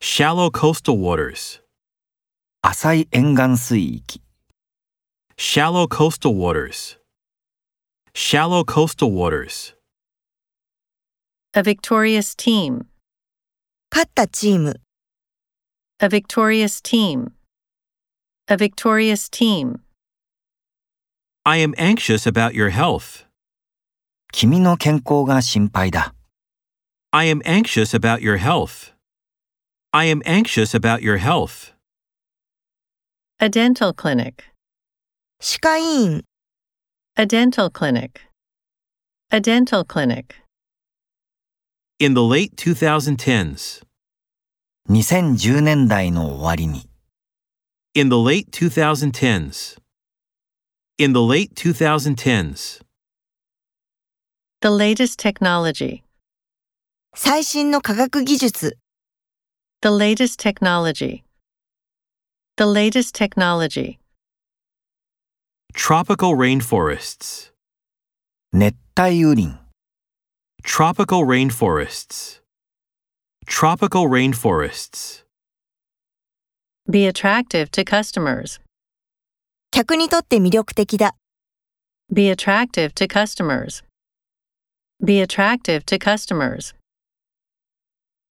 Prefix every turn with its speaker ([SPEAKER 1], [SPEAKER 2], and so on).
[SPEAKER 1] Shallow coastal waters.
[SPEAKER 2] 浅い沿岸水域
[SPEAKER 1] Shallow coastal waters. Shallow coastal waters.
[SPEAKER 3] A victorious team.
[SPEAKER 4] 勝ったチーム、
[SPEAKER 3] A victorious team. A victorious team.
[SPEAKER 1] I am anxious about your health.
[SPEAKER 2] 君の健康が心配だ
[SPEAKER 1] I am anxious about your health. I am anxious about your health.
[SPEAKER 3] A dental clinic.
[SPEAKER 4] 歯科医院、
[SPEAKER 3] A dental clinic. A dental clinic.
[SPEAKER 1] In the late 2010s.
[SPEAKER 2] 2010年代の終わりに
[SPEAKER 1] In the late 2010s. In the late 2010s.
[SPEAKER 3] The latest technology.
[SPEAKER 4] 最新の科学技術、
[SPEAKER 3] The latest technology. The latest technology.
[SPEAKER 1] Tropical rainforests.
[SPEAKER 2] 熱帯雨林
[SPEAKER 1] Tropical rainforests. Tropical rainforests.
[SPEAKER 3] Be attractive to customers.
[SPEAKER 4] 客にとって魅力的だ。
[SPEAKER 3] Be attractive to customers. Be attractive to customers.